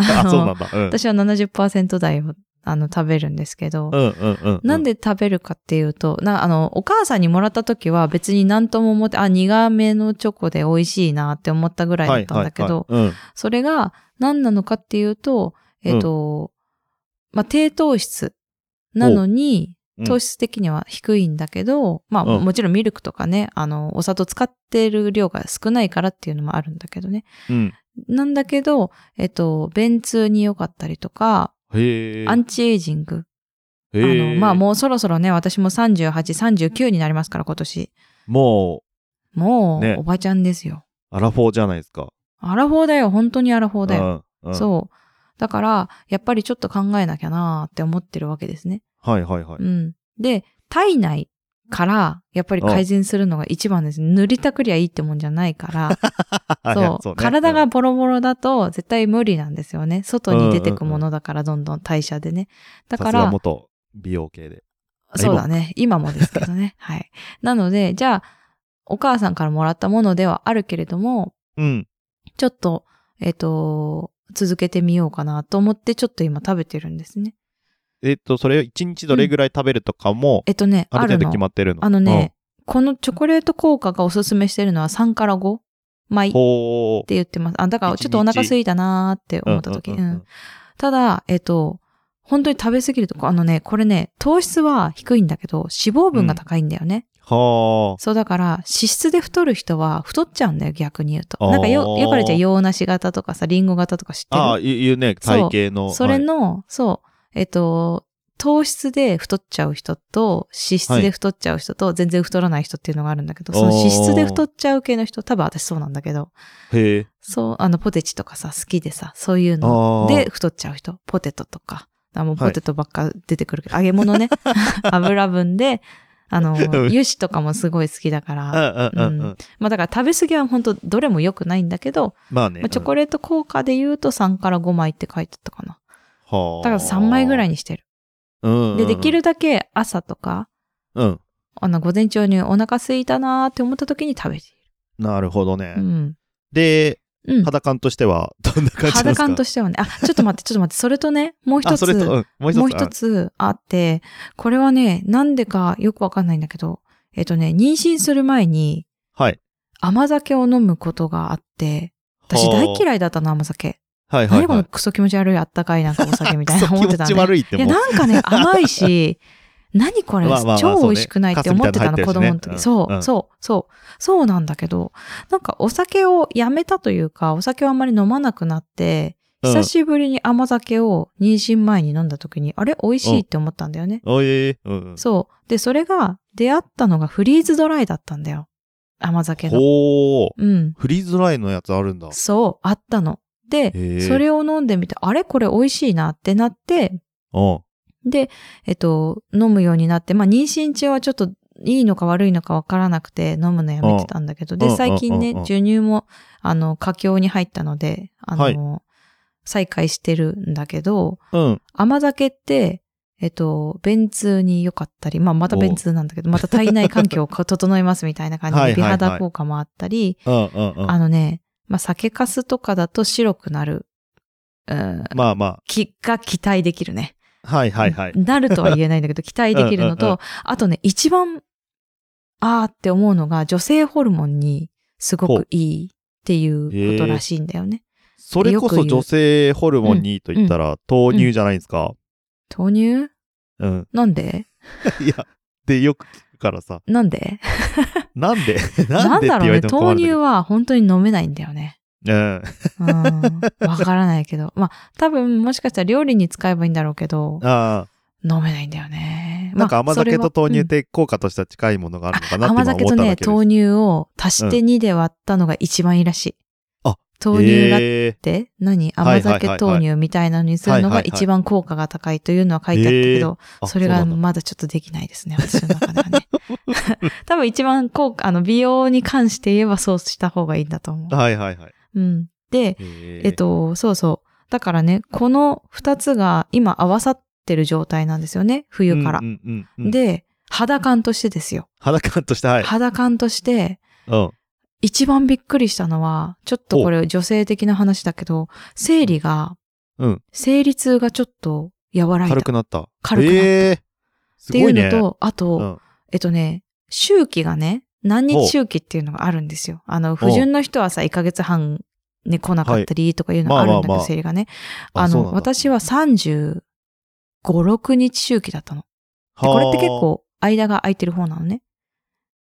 [SPEAKER 1] あ、
[SPEAKER 2] の
[SPEAKER 1] そうなんだ。うん。
[SPEAKER 2] 私は70%台をあの食べるんですけど、
[SPEAKER 1] うんうんうん。
[SPEAKER 2] なんで食べるかっていうと、な、あの、お母さんにもらった時は別に何とも思って、あ、苦めのチョコで美味しいなって思ったぐらいだ
[SPEAKER 1] は
[SPEAKER 2] っ
[SPEAKER 1] い
[SPEAKER 2] たんだけど、
[SPEAKER 1] はいはいうん。
[SPEAKER 2] それが何なのかっていうと、えっ、と、まあ、低糖質なのに
[SPEAKER 1] おう、ん
[SPEAKER 2] 糖質的には低いんだけど、まあ、
[SPEAKER 1] うん
[SPEAKER 2] もちろんミルクとかね、あの、お砂糖使ってる量が少ないからっていうのもあるんだけどね。
[SPEAKER 1] うん。
[SPEAKER 2] なんだけど、えっ、と、便通に良かったりとか、
[SPEAKER 1] へえ。
[SPEAKER 2] アンチエイジング。
[SPEAKER 1] へ
[SPEAKER 2] あ
[SPEAKER 1] ー
[SPEAKER 2] の、まあ、もうそろそろね、私も38、39になりますから、今年。
[SPEAKER 1] も
[SPEAKER 2] もう、
[SPEAKER 1] ね
[SPEAKER 2] おばちゃんですよ。
[SPEAKER 1] う、アラフォーじゃないですか。
[SPEAKER 2] アラフォーだよ、本当にアラフォーだよ。
[SPEAKER 1] うん。うん
[SPEAKER 2] そう。だから、やっぱりちょっと考えなきゃなーって思ってるわけですね。
[SPEAKER 1] はいはいはい。
[SPEAKER 2] うん。で、体内から、やっぱり改善するのが一番です。塗りたくりゃいいってもんじゃな いから、
[SPEAKER 1] いや
[SPEAKER 2] そう。
[SPEAKER 1] ね
[SPEAKER 2] 体が
[SPEAKER 1] うん
[SPEAKER 2] ボロボロだと、絶対無理なんですよね。外に出てくものだから、どんどん代謝でね。だか
[SPEAKER 1] さすが
[SPEAKER 2] ら、
[SPEAKER 1] 元美容系で。
[SPEAKER 2] そうだね。今もですけどね。はい。 なので、じゃあ、お母さんからもらったものではあるけれども、
[SPEAKER 1] うん。
[SPEAKER 2] ちょっと、えっ、と、続けてみようかなと思って、ちょっと今食べてるんですね。
[SPEAKER 1] えっと、それを一日どれぐらい食べるとかも、
[SPEAKER 2] えっとね、
[SPEAKER 1] あ
[SPEAKER 2] あ
[SPEAKER 1] る
[SPEAKER 2] る
[SPEAKER 1] 程度
[SPEAKER 2] の
[SPEAKER 1] 決。まってるの。
[SPEAKER 2] あのね、このチョコレート効果がおすすめしてるのは3から5
[SPEAKER 1] う
[SPEAKER 2] 枚
[SPEAKER 1] ん。
[SPEAKER 2] って
[SPEAKER 1] ほう。
[SPEAKER 2] 言ってます。あ、だからちょっとお腹空いたなーって思った時。
[SPEAKER 1] う
[SPEAKER 2] うん
[SPEAKER 1] う
[SPEAKER 2] ん
[SPEAKER 1] んうんうん
[SPEAKER 2] ただ、えっと、本当に食べ過ぎると、あのね、これね、糖質は低いんだけど、脂肪分が高いんだよね。
[SPEAKER 1] は
[SPEAKER 2] そうだから、脂質で太る人は太っちゃうんだよ、逆に言うと。
[SPEAKER 1] あー
[SPEAKER 2] なんかよ、よくあるじゃん、洋梨型とかさ、リンゴ型とか知って
[SPEAKER 1] あ。
[SPEAKER 2] る
[SPEAKER 1] ああ、いうね、体型の。
[SPEAKER 2] それ
[SPEAKER 1] はい、
[SPEAKER 2] の、そう、えっと、糖質で太っちゃう人と、脂質で太っちゃう人と、全然太らない人っていうのがあるんだけど、その
[SPEAKER 1] おー
[SPEAKER 2] 脂質で太っちゃう系の人、多分私そうなんだけど、
[SPEAKER 1] へえ。
[SPEAKER 2] そう、あの、ポテチとかさ、好きでさ、そういうの
[SPEAKER 1] あー
[SPEAKER 2] で太っちゃう人、ポテトとか、あもう
[SPEAKER 1] はい
[SPEAKER 2] ポテトばっか出てくるけど、揚げ 物ね、油分で、あの、
[SPEAKER 1] ん
[SPEAKER 2] 油脂とかもすごい好きだか
[SPEAKER 1] う
[SPEAKER 2] ら、
[SPEAKER 1] んうんうんう
[SPEAKER 2] うん
[SPEAKER 1] ん。
[SPEAKER 2] まあだから食べ過ぎは本当どれも良くないんだけど、
[SPEAKER 1] まあね。
[SPEAKER 2] まあチョコレート効果で言うと3から5枚って書いてあったかな。
[SPEAKER 1] はあ。
[SPEAKER 2] だから3枚ぐらい
[SPEAKER 1] い。
[SPEAKER 2] にしてる。
[SPEAKER 1] うん。
[SPEAKER 2] で、でき。るだけ朝とか、
[SPEAKER 1] うん。
[SPEAKER 2] あの、午前中にお腹空いたなーって思った時に食べてい
[SPEAKER 1] なるほどね
[SPEAKER 2] る。う。ん。
[SPEAKER 1] で、
[SPEAKER 2] うん。
[SPEAKER 1] 肌感としては、 どんな感じなん
[SPEAKER 2] 肌
[SPEAKER 1] ですか
[SPEAKER 2] 感としてはね、あ、ちょっと待って、ちょっと待って、それとね、もう一
[SPEAKER 1] あ、
[SPEAKER 2] つ、
[SPEAKER 1] それと、うんもう一つ。
[SPEAKER 2] もう一つあって、これはね、なんでかよくわかんないんだけど、えっとね、妊娠する前に
[SPEAKER 1] はい。
[SPEAKER 2] 甘酒を飲むことがあって、私
[SPEAKER 1] はあ
[SPEAKER 2] 大嫌いだったの、甘酒。
[SPEAKER 1] はいはい
[SPEAKER 2] 何こ
[SPEAKER 1] は
[SPEAKER 2] の
[SPEAKER 1] い。
[SPEAKER 2] クソ気持ち悪いあったかいなんかお酒みたいな
[SPEAKER 1] そう
[SPEAKER 2] 思って
[SPEAKER 1] 気
[SPEAKER 2] た
[SPEAKER 1] 持ち
[SPEAKER 2] んで。
[SPEAKER 1] 悪いって
[SPEAKER 2] いや、
[SPEAKER 1] もう。
[SPEAKER 2] なんか ね、甘いし、何これ、
[SPEAKER 1] まあまあまあ
[SPEAKER 2] 超美味しくないって思ってたの、
[SPEAKER 1] そうね
[SPEAKER 2] 子供の時。
[SPEAKER 1] カスみたいなの入ってるしね
[SPEAKER 2] そうう、
[SPEAKER 1] ん
[SPEAKER 2] そう、そう、そうなんだけど、なんかお酒をやめたというか、お酒をあんまり飲まなくなって、
[SPEAKER 1] うん
[SPEAKER 2] 久しぶりに甘酒を妊娠前に飲んだ時に、あれ美味しいって思ったんだよね。
[SPEAKER 1] おいえいうんうん。
[SPEAKER 2] そう。で、それが出会ったのがフリーズドライだったんだよ。甘酒の。
[SPEAKER 1] ほー。
[SPEAKER 2] うん。
[SPEAKER 1] フリーズドライのやつあるんだ。
[SPEAKER 2] そう、あったの。
[SPEAKER 1] へ
[SPEAKER 2] で、
[SPEAKER 1] え
[SPEAKER 2] それを飲んでみて、あれこれ美味しいなってなって、
[SPEAKER 1] うん。
[SPEAKER 2] で、えっと、飲むようになって、まあ、妊娠中はちょっといいのか悪いのかわからなくて飲むのやめてたんだけど、
[SPEAKER 1] うん
[SPEAKER 2] で、最近
[SPEAKER 1] うん
[SPEAKER 2] ね
[SPEAKER 1] うん、
[SPEAKER 2] 授乳も、あの、佳境に入ったので、あの、
[SPEAKER 1] はい
[SPEAKER 2] 再開してるんだけど、
[SPEAKER 1] うん。
[SPEAKER 2] 甘酒って、えっと、便通に良かったり、まあ、また
[SPEAKER 1] おう
[SPEAKER 2] 便通なんだけど、また体内環境を整えますみたいな感じ
[SPEAKER 1] はい
[SPEAKER 2] で、
[SPEAKER 1] はいは
[SPEAKER 2] 美
[SPEAKER 1] い
[SPEAKER 2] 肌効果もあったり、
[SPEAKER 1] うん。うん。うん。
[SPEAKER 2] あのね、まあ、酒粕とかだと白くなる、うん、
[SPEAKER 1] まあま
[SPEAKER 2] き、が期待できるね。
[SPEAKER 1] あ。はいはいはい。
[SPEAKER 2] なるとは言えないんだけど、期待でき
[SPEAKER 1] うん
[SPEAKER 2] るの
[SPEAKER 1] うんうん
[SPEAKER 2] と、あとね、一番、あーって思うのが、女性ホルモンにすごくいいっていうことらしいんだよね。
[SPEAKER 1] それこそ女性ホルモンにいいと言ったら、豆乳じゃないですか。
[SPEAKER 2] 豆乳
[SPEAKER 1] うん。
[SPEAKER 2] なんで
[SPEAKER 1] いや、でよく聞くからさ。
[SPEAKER 2] なんで
[SPEAKER 1] なん でな
[SPEAKER 2] なんん
[SPEAKER 1] でって
[SPEAKER 2] だ
[SPEAKER 1] 言わ
[SPEAKER 2] ろう
[SPEAKER 1] れ
[SPEAKER 2] ね、
[SPEAKER 1] ても困るんだけ
[SPEAKER 2] 豆乳
[SPEAKER 1] ど。
[SPEAKER 2] は本当に飲めないんだよね。うん。わからないけど。ま あ、多分もしかしたら料理に使えばいいんだろうけど
[SPEAKER 1] うん。、あ
[SPEAKER 2] 飲めないんだよね。
[SPEAKER 1] あ。なんか
[SPEAKER 2] ま
[SPEAKER 1] 甘
[SPEAKER 2] あそれ
[SPEAKER 1] 酒
[SPEAKER 2] は
[SPEAKER 1] と豆乳
[SPEAKER 2] う
[SPEAKER 1] っ
[SPEAKER 2] ん
[SPEAKER 1] て効果としては近いものがあるのかなって
[SPEAKER 2] 甘
[SPEAKER 1] 今
[SPEAKER 2] 酒
[SPEAKER 1] 思った
[SPEAKER 2] と
[SPEAKER 1] だ
[SPEAKER 2] ね、
[SPEAKER 1] けです。
[SPEAKER 2] 豆乳を足して2で割ったのが一番いいらしい。
[SPEAKER 1] あ
[SPEAKER 2] 豆乳ラ
[SPEAKER 1] へえ
[SPEAKER 2] テ何
[SPEAKER 1] はいはい
[SPEAKER 2] 甘
[SPEAKER 1] はいはい
[SPEAKER 2] 酒豆乳みたいなのにする
[SPEAKER 1] はい
[SPEAKER 2] のが
[SPEAKER 1] はいはい
[SPEAKER 2] 一番効果が高いというのは書いてあったけど、
[SPEAKER 1] あ
[SPEAKER 2] それ
[SPEAKER 1] うな
[SPEAKER 2] が
[SPEAKER 1] んだ
[SPEAKER 2] まだちょっとできないですね、私の中では ね。 多分一番効果、あの、美容に関して言えばそうした方がいいんだと思
[SPEAKER 1] はいはいはい。
[SPEAKER 2] う。うん。で、
[SPEAKER 1] え
[SPEAKER 2] えっ、と、そうそう。だからね、この二つが今合わさってる状態なんですよね、冬から
[SPEAKER 1] うん。うんうんうん、
[SPEAKER 2] で、肌感としてですよ。
[SPEAKER 1] 肌感としてはい。
[SPEAKER 2] 肌感として、
[SPEAKER 1] うん。
[SPEAKER 2] 一番びっくりしたのは、ちょっとこれ女性的な話だけど、生理が、
[SPEAKER 1] うん
[SPEAKER 2] 生理痛がちょっと和らいだ。
[SPEAKER 1] 軽
[SPEAKER 2] っ
[SPEAKER 1] くなった。
[SPEAKER 2] 軽くなった
[SPEAKER 1] えーす
[SPEAKER 2] てい
[SPEAKER 1] ご
[SPEAKER 2] う
[SPEAKER 1] い
[SPEAKER 2] の
[SPEAKER 1] ね。
[SPEAKER 2] と、あと、
[SPEAKER 1] うん
[SPEAKER 2] えっとね、周期がね、何日周期っていうのがあるんですよ。あの、不順の人はさ、1ヶ月半ね、来なかったりとかいうのがあるんだけど、
[SPEAKER 1] まあまあまあ
[SPEAKER 2] 生理がね。
[SPEAKER 1] あ
[SPEAKER 2] あ
[SPEAKER 1] そう
[SPEAKER 2] の、
[SPEAKER 1] なんだ
[SPEAKER 2] 私は35、6日周期だったの。で
[SPEAKER 1] はあ
[SPEAKER 2] これって結構、間が空いてる方なのね。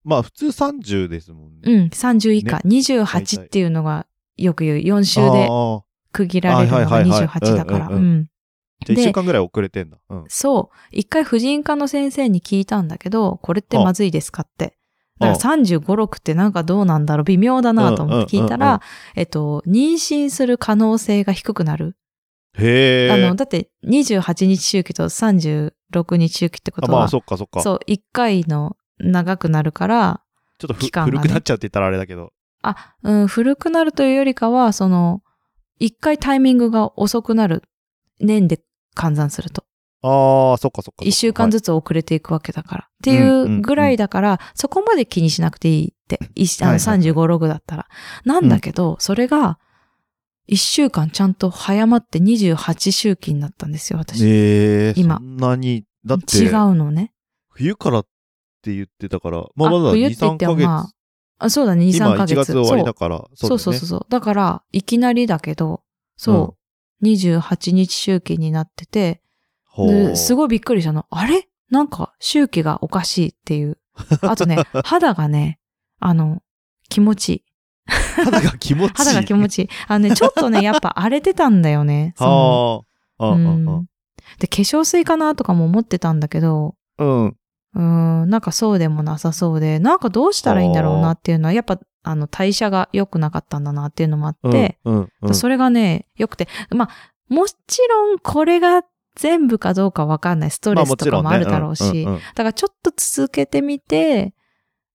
[SPEAKER 1] まあ普通30ですもんね。
[SPEAKER 2] うん、30以下、
[SPEAKER 1] 大体
[SPEAKER 2] 28っていうのがよく言う。4週で
[SPEAKER 1] ああ
[SPEAKER 2] 区切られるの
[SPEAKER 1] は
[SPEAKER 2] が
[SPEAKER 1] いはいはいはい
[SPEAKER 2] 28だから。
[SPEAKER 1] うん
[SPEAKER 2] う
[SPEAKER 1] うんうん
[SPEAKER 2] ん。
[SPEAKER 1] じゃあ1
[SPEAKER 2] で
[SPEAKER 1] 週間ぐらい遅れてんだ。うん。
[SPEAKER 2] そう。一回婦人科の先生に聞いたんだけど、これってまずいですかって。だから35、6ってなんかどうなんだろう微妙だなと思って聞いた
[SPEAKER 1] うんうんうんうん
[SPEAKER 2] ら、えっと、妊娠する可能性が低くなる。
[SPEAKER 1] へえ。
[SPEAKER 2] あの、だって28日周期と36日周期ってこと
[SPEAKER 1] あまあ
[SPEAKER 2] は、
[SPEAKER 1] そっかそっか。ちょ
[SPEAKER 2] そう、一回の長くなるから、
[SPEAKER 1] っとふ
[SPEAKER 2] 期間がね
[SPEAKER 1] 古くなっちゃうって言ったらあれだけど。
[SPEAKER 2] あ、うん、古くなるというよりかは、その、一回タイミングが遅くなる。年で換算すると。
[SPEAKER 1] ああ、そっかそっか。
[SPEAKER 2] 一週間
[SPEAKER 1] つ。
[SPEAKER 2] ずつ遅れていくわけだから。っていうぐらいだから、そこまで気にしなくていいって。いあの
[SPEAKER 1] はいはいはい
[SPEAKER 2] 35ログだったら。なんだけど、それが、一週間ちゃんと早まって28周期になったんですよ、私。
[SPEAKER 1] ええ。
[SPEAKER 2] 今
[SPEAKER 1] そんなに。だっ
[SPEAKER 2] 違
[SPEAKER 1] て、
[SPEAKER 2] うのね。
[SPEAKER 1] 冬からって言ってたから、まあま
[SPEAKER 2] あ
[SPEAKER 1] だ2、
[SPEAKER 2] 冬って言っ
[SPEAKER 1] 3
[SPEAKER 2] て
[SPEAKER 1] ヶ
[SPEAKER 2] も
[SPEAKER 1] 月。
[SPEAKER 2] まあ、そうだね、2、
[SPEAKER 1] 今
[SPEAKER 2] 3ヶ
[SPEAKER 1] 1
[SPEAKER 2] 月。
[SPEAKER 1] 月終わりだから。
[SPEAKER 2] そうそうそう
[SPEAKER 1] う
[SPEAKER 2] そう。だから、いきなりだけど、そう、28日周期になってて、
[SPEAKER 1] だよね。ほう
[SPEAKER 2] ですごいびっくりしたの。あれなんか周期がおかしいっていう。あと ね、肌がね、あの、気持ちいい。
[SPEAKER 1] 肌が気持ちいい。
[SPEAKER 2] 肌が気持
[SPEAKER 1] ちいい。
[SPEAKER 2] ちいい。あのね、ちょ っとね、やっぱ荒れてたんだよね。その
[SPEAKER 1] はあ。
[SPEAKER 2] う
[SPEAKER 1] うんうん
[SPEAKER 2] ん。で、化粧水かなとかも思ってたんだけど、
[SPEAKER 1] うん。うん。
[SPEAKER 2] うーん、なんかそうでもなさそうで、なんかどうしたらいいんだろうなっていうのは、やっぱ、あの、代謝が良くなかったんだなっていうのもあって、
[SPEAKER 1] うんうん
[SPEAKER 2] それがね、良くて、まあ、もちろんこれが全部かどうかわかんない。スト
[SPEAKER 1] ま
[SPEAKER 2] レ
[SPEAKER 1] あ
[SPEAKER 2] ス
[SPEAKER 1] も
[SPEAKER 2] と
[SPEAKER 1] ち
[SPEAKER 2] か
[SPEAKER 1] ろん
[SPEAKER 2] も
[SPEAKER 1] ね
[SPEAKER 2] あるだろうし、
[SPEAKER 1] んん
[SPEAKER 2] だからちょっと続けてみて、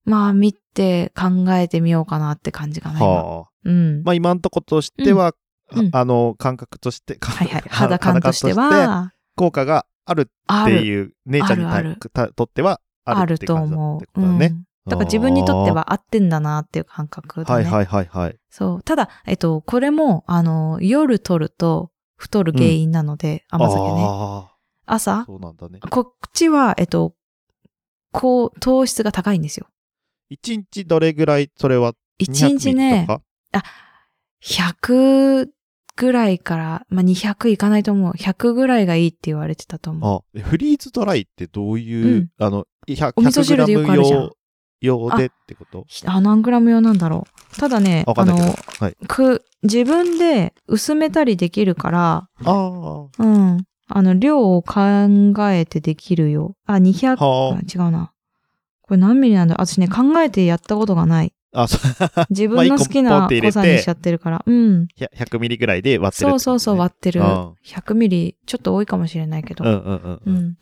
[SPEAKER 2] まあ見て考えてみようかなって感じかな。今
[SPEAKER 1] はあ。
[SPEAKER 2] うん。
[SPEAKER 1] まあ今のとことしては、
[SPEAKER 2] うんうん
[SPEAKER 1] ああの、感覚として、
[SPEAKER 2] は いはい。肌感として
[SPEAKER 1] 肌感として
[SPEAKER 2] は、
[SPEAKER 1] 効果があるっ
[SPEAKER 2] あ
[SPEAKER 1] て
[SPEAKER 2] る。
[SPEAKER 1] いう、姉ちゃんに
[SPEAKER 2] あるある
[SPEAKER 1] たたとってはあ
[SPEAKER 2] あ
[SPEAKER 1] る
[SPEAKER 2] る
[SPEAKER 1] って
[SPEAKER 2] と
[SPEAKER 1] 感じだっ
[SPEAKER 2] 思
[SPEAKER 1] てこ
[SPEAKER 2] う。
[SPEAKER 1] とだ
[SPEAKER 2] うん。
[SPEAKER 1] ね。
[SPEAKER 2] だから自分にとっては合ってんだなっていう感覚だ
[SPEAKER 1] はい
[SPEAKER 2] ね。
[SPEAKER 1] はいはいはい。
[SPEAKER 2] そう。ただ、えっと、これも、あの、夜取ると太る原因なので、甘酒ね。
[SPEAKER 1] ああ、
[SPEAKER 2] 朝、
[SPEAKER 1] そうなんだね。
[SPEAKER 2] こっちは、えっと、こう、糖質が高いんですよ。
[SPEAKER 1] 一日どれぐらい、それは
[SPEAKER 2] 一日
[SPEAKER 1] 200ミリ
[SPEAKER 2] ね、
[SPEAKER 1] とか
[SPEAKER 2] 100ぐらいから、まあ、200いかないと思う。100ぐらいがいいって言われてたと思
[SPEAKER 1] あ
[SPEAKER 2] う。
[SPEAKER 1] えフリーズドライってどういう、あの、100
[SPEAKER 2] お味噌汁でよくあるじゃん
[SPEAKER 1] 100g 用用でってこと
[SPEAKER 2] ひあ、何グラム用なんだろう。ただね、
[SPEAKER 1] わか
[SPEAKER 2] あ
[SPEAKER 1] んないけ
[SPEAKER 2] の
[SPEAKER 1] ど、。はい。
[SPEAKER 2] く、自分で薄めたりできるから、
[SPEAKER 1] あ
[SPEAKER 2] うん。あの、量を考えてできるよ。あ、200、
[SPEAKER 1] あ。は
[SPEAKER 2] あ違うな。これ何ミリなんだ私ね、考えてやったこと がない。
[SPEAKER 1] あ。あ、そう。
[SPEAKER 2] 自分の好き
[SPEAKER 1] まあ一個
[SPEAKER 2] な
[SPEAKER 1] ポンって入れて
[SPEAKER 2] 濃さにしちゃってるから。うん。
[SPEAKER 1] 100ミリぐらいで割ってるってことね、
[SPEAKER 2] そうそうそう、割ってる。
[SPEAKER 1] あ
[SPEAKER 2] 100ミリ、ちょっと多いかもしれないけど。
[SPEAKER 1] うんうんうん。
[SPEAKER 2] うん。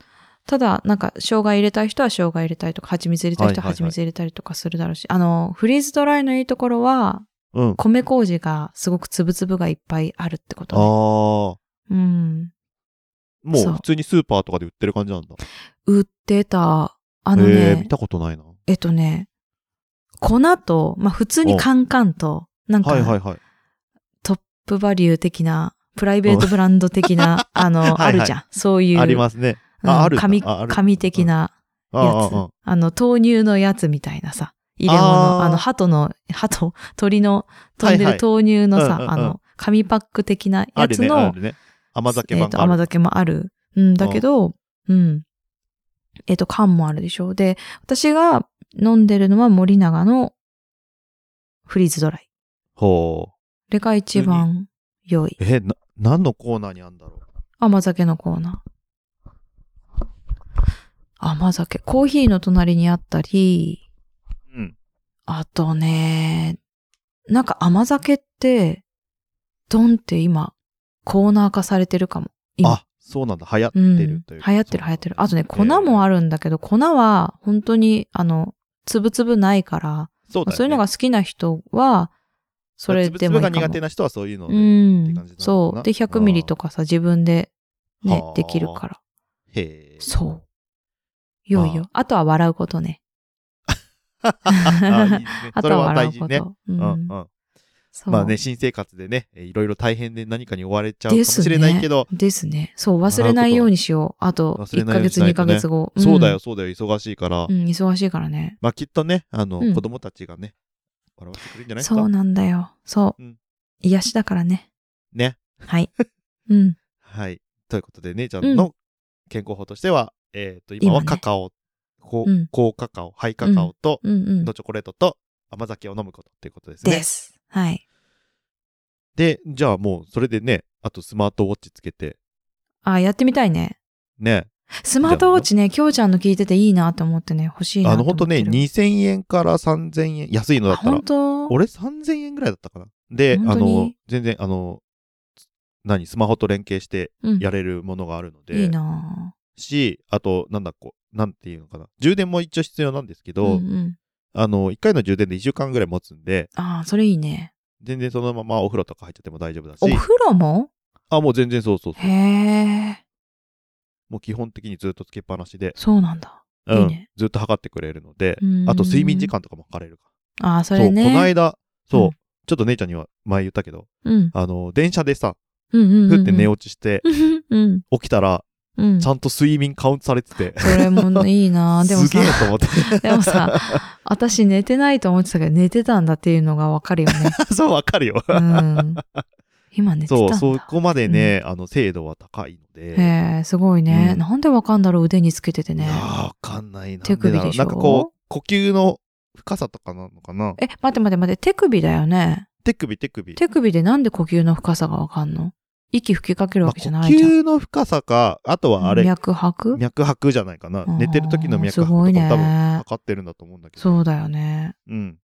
[SPEAKER 2] ただ、なんか、生姜入れたい人は生姜入れたりとか、蜂蜜入れたい人は
[SPEAKER 1] はいはいはい
[SPEAKER 2] 蜂蜜入れたりとかするだろうし、あの、フリーズドライのいいところは、
[SPEAKER 1] うん。
[SPEAKER 2] 米麹がすごく粒々がいっぱいあるってこと
[SPEAKER 1] ああ。も
[SPEAKER 2] ね。うん。
[SPEAKER 1] う
[SPEAKER 2] そう
[SPEAKER 1] 普通にスーパーとかで売ってる感じなんだ。
[SPEAKER 2] 売ってた、あの
[SPEAKER 1] えー、見
[SPEAKER 2] ね、
[SPEAKER 1] たことないな。
[SPEAKER 2] えっとね、粉と、まあ、普通にカンカンと、なんか、
[SPEAKER 1] はいはいはい。
[SPEAKER 2] トップバリュー的な、プライベートブランド的な、あの、
[SPEAKER 1] はいはい
[SPEAKER 2] あるじゃん。そういう。
[SPEAKER 1] ありますね。
[SPEAKER 2] うん
[SPEAKER 1] ああるんだ
[SPEAKER 2] 紙、
[SPEAKER 1] あある
[SPEAKER 2] 紙的な
[SPEAKER 1] あ
[SPEAKER 2] や
[SPEAKER 1] あ
[SPEAKER 2] つ。
[SPEAKER 1] ああああ
[SPEAKER 2] あの、豆乳のやつみたいなさ。入れ物。
[SPEAKER 1] あー
[SPEAKER 2] あの、鳩の、 鳩、鳥の飛んで
[SPEAKER 1] は
[SPEAKER 2] る
[SPEAKER 1] いはい
[SPEAKER 2] 豆乳のさ、
[SPEAKER 1] うんうんうん
[SPEAKER 2] あの、紙パック的な
[SPEAKER 1] あ
[SPEAKER 2] や
[SPEAKER 1] る
[SPEAKER 2] つ
[SPEAKER 1] ね、
[SPEAKER 2] の、
[SPEAKER 1] あるね。甘酒
[SPEAKER 2] えっ、
[SPEAKER 1] 版
[SPEAKER 2] と、
[SPEAKER 1] があ
[SPEAKER 2] 甘
[SPEAKER 1] る。
[SPEAKER 2] 酒もある。うん、だけど、うん。えっ、と、缶もあるでしょ。で、私が飲んでるのは森永のフリーズドライ。
[SPEAKER 1] ほう。
[SPEAKER 2] これが一番良い。
[SPEAKER 1] え、な、何のコーナーにあんだろ
[SPEAKER 2] 甘酒のコーナー。甘酒。コーヒーの隣にあったり、
[SPEAKER 1] う。うん。
[SPEAKER 2] あとね、なんか甘酒って、ドンって今、コーナー化されてるかも。今
[SPEAKER 1] あ、そうなんだ。流行っ
[SPEAKER 2] う
[SPEAKER 1] て
[SPEAKER 2] ん。
[SPEAKER 1] る
[SPEAKER 2] 流
[SPEAKER 1] というか。
[SPEAKER 2] 行ってる流行ってる。あとね、粉
[SPEAKER 1] あ
[SPEAKER 2] も
[SPEAKER 1] る。
[SPEAKER 2] あるんだけど、粉は本当に、あの、つぶつぶないから、
[SPEAKER 1] そうだ
[SPEAKER 2] そういうのが好きな人は、それでもいい
[SPEAKER 1] つぶつ
[SPEAKER 2] かも。
[SPEAKER 1] ぶが苦手な人はそういうので。
[SPEAKER 2] う
[SPEAKER 1] って感
[SPEAKER 2] ん
[SPEAKER 1] じなのか。な
[SPEAKER 2] そう。で、100ミリとかさ、自分でね
[SPEAKER 1] はあ、
[SPEAKER 2] できるから。
[SPEAKER 1] へえ。
[SPEAKER 2] そう。よいよ。あとは笑うことね。
[SPEAKER 1] あいい ですねそ
[SPEAKER 2] あと
[SPEAKER 1] れ
[SPEAKER 2] は
[SPEAKER 1] は
[SPEAKER 2] 笑
[SPEAKER 1] 大
[SPEAKER 2] う
[SPEAKER 1] 事
[SPEAKER 2] こ
[SPEAKER 1] ね。
[SPEAKER 2] と。う。
[SPEAKER 1] うんうんん。
[SPEAKER 2] そう。
[SPEAKER 1] まあね、新生活でね、えいろいろ大変で何かに追われちゃうかも
[SPEAKER 2] です
[SPEAKER 1] しれない
[SPEAKER 2] ね
[SPEAKER 1] けど、。
[SPEAKER 2] ですね。そう、忘れないようにしよう。あと、
[SPEAKER 1] 忘れ
[SPEAKER 2] 1
[SPEAKER 1] ないよ
[SPEAKER 2] ヶ
[SPEAKER 1] うにし
[SPEAKER 2] 月、
[SPEAKER 1] ない
[SPEAKER 2] 2
[SPEAKER 1] と
[SPEAKER 2] ヶ
[SPEAKER 1] ね
[SPEAKER 2] 月後。ん
[SPEAKER 1] そうだよ、。そうだよ、忙しいから
[SPEAKER 2] う。ん、忙しいからね。
[SPEAKER 1] まあきっとね、あの
[SPEAKER 2] う、ん
[SPEAKER 1] 子供たちがね、笑わせてくれるんじゃないです
[SPEAKER 2] そう
[SPEAKER 1] か。
[SPEAKER 2] なんだよ。そ
[SPEAKER 1] うん
[SPEAKER 2] う。癒しだからね。
[SPEAKER 1] ね。
[SPEAKER 2] はい。うん。
[SPEAKER 1] はい。ということで、姉ちゃ
[SPEAKER 2] うんん
[SPEAKER 1] の健康法としては、えっと、今
[SPEAKER 2] 今
[SPEAKER 1] は
[SPEAKER 2] ね
[SPEAKER 1] カカオ、高
[SPEAKER 2] うん
[SPEAKER 1] 高カカオ、ハイカカオと、
[SPEAKER 2] うんうん
[SPEAKER 1] の。チョコレートと甘酒を飲むことっていうことですね
[SPEAKER 2] で。す。はい。
[SPEAKER 1] で、じゃあもう、それでね、あとスマートウォッチつけて、
[SPEAKER 2] あ、やってみたいね。
[SPEAKER 1] ね、
[SPEAKER 2] スマートウォッチね、きょうちゃんの聞いてていいなと思ってね、欲しいな
[SPEAKER 1] あ
[SPEAKER 2] と
[SPEAKER 1] の、ほ
[SPEAKER 2] 思っ
[SPEAKER 1] んと
[SPEAKER 2] て
[SPEAKER 1] ね、
[SPEAKER 2] る。
[SPEAKER 1] 2000円から3000円、安いのだ
[SPEAKER 2] あ、
[SPEAKER 1] ったら
[SPEAKER 2] 本。当
[SPEAKER 1] 俺3000円ぐらいだったかな。で、あ
[SPEAKER 2] 本当に
[SPEAKER 1] の、全然、あの、つ何、スマホと連携して
[SPEAKER 2] うん
[SPEAKER 1] やれるものがあるので、
[SPEAKER 2] いいな
[SPEAKER 1] し、あと、なんだこう、なんていうのかな。充電も一応必要なんですけ
[SPEAKER 2] ぁ
[SPEAKER 1] ど、
[SPEAKER 2] うんうん。
[SPEAKER 1] あの、1回の充電で1週間ぐらい持つんで、
[SPEAKER 2] ああ、それいいね。
[SPEAKER 1] 全然そのままお風呂とか入っちゃっても大丈夫だ
[SPEAKER 2] お
[SPEAKER 1] し、
[SPEAKER 2] 風呂も
[SPEAKER 1] あ、もう全然そうそうそう。
[SPEAKER 2] へえ、
[SPEAKER 1] もう基本的にずっとつけっぱなしで、
[SPEAKER 2] そうなんだ。
[SPEAKER 1] うん
[SPEAKER 2] いいね
[SPEAKER 1] ずっと測ってくれるので
[SPEAKER 2] う、ーん
[SPEAKER 1] あと睡眠時。間とかも測れるか
[SPEAKER 2] ああ、そ
[SPEAKER 1] ら。
[SPEAKER 2] れ
[SPEAKER 1] そう、この
[SPEAKER 2] ね。
[SPEAKER 1] 間、そう、
[SPEAKER 2] うん
[SPEAKER 1] ちょっと姉ちゃんには前言ったけど、
[SPEAKER 2] うん。
[SPEAKER 1] あの、電車でさ、
[SPEAKER 2] うんうんうん。
[SPEAKER 1] ふって寝
[SPEAKER 2] 落
[SPEAKER 1] 落ちして、
[SPEAKER 2] ち。うん。
[SPEAKER 1] 起きたら、
[SPEAKER 2] うん。
[SPEAKER 1] ち
[SPEAKER 2] そ
[SPEAKER 1] ゃんと睡眠カウントされてて、
[SPEAKER 2] れもいいなぁで も
[SPEAKER 1] すげえ
[SPEAKER 2] さ、
[SPEAKER 1] と思って。
[SPEAKER 2] でもさ、私寝てないと思ってたけど、寝てたんだっていうのがわかるよね。
[SPEAKER 1] そう、わかるよ。
[SPEAKER 2] うん。今寝てたん
[SPEAKER 1] そう、
[SPEAKER 2] だ。
[SPEAKER 1] そこまでね、あの、精度は高いので。
[SPEAKER 2] へえ、すごいね。
[SPEAKER 1] うん
[SPEAKER 2] なんでわかんだろう、腕につけてて
[SPEAKER 1] いや
[SPEAKER 2] ね。
[SPEAKER 1] ーわかんないな。
[SPEAKER 2] 手首でしょ
[SPEAKER 1] なんかこう、呼吸の深さとかなのかな
[SPEAKER 2] え、待って待って待って、手首だよね。
[SPEAKER 1] 手首、手首。
[SPEAKER 2] 手首でなんで呼吸の深さがわかんの息吹きかける
[SPEAKER 1] ま
[SPEAKER 2] わ
[SPEAKER 1] あ
[SPEAKER 2] け
[SPEAKER 1] 呼
[SPEAKER 2] じゃないじゃん。
[SPEAKER 1] 吸の深さか、あとはあれ、
[SPEAKER 2] 脈拍
[SPEAKER 1] 脈拍じゃないかな
[SPEAKER 2] う。ん
[SPEAKER 1] 寝てる時の脈
[SPEAKER 2] すご
[SPEAKER 1] 拍
[SPEAKER 2] い
[SPEAKER 1] と
[SPEAKER 2] ね
[SPEAKER 1] か多分測ってるんだと思うんだけど。
[SPEAKER 2] そうだよね。
[SPEAKER 1] うん。